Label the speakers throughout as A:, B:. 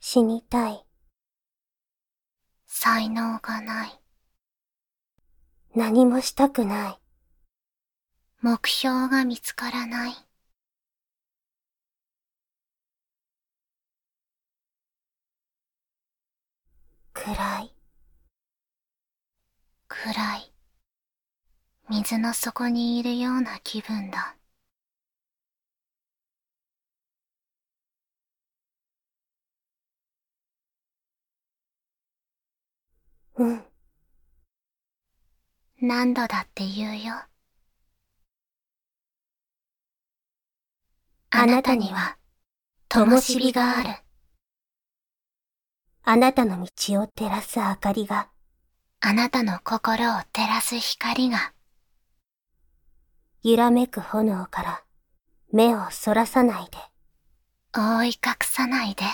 A: 死にたい。才能がない。何もしたくない。目標が見つからない。暗い。暗い。水の底にいるような気分だ。うん。何度だって言うよ。あなたには、灯火がある。あなたの道を照らす明かりが。あなたの心を照らす光が。揺らめく炎から、目をそらさないで。覆い隠さないで。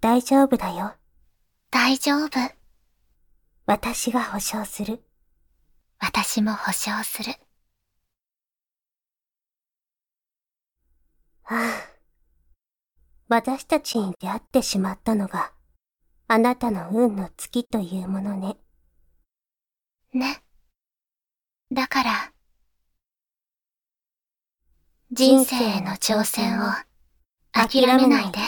A: 大丈夫だよ。大丈夫。私が保証する。私も保証する。ああ。私たちに出会ってしまったのが、あなたの運の月というものね。ね。だから、人生への挑戦を諦めないで。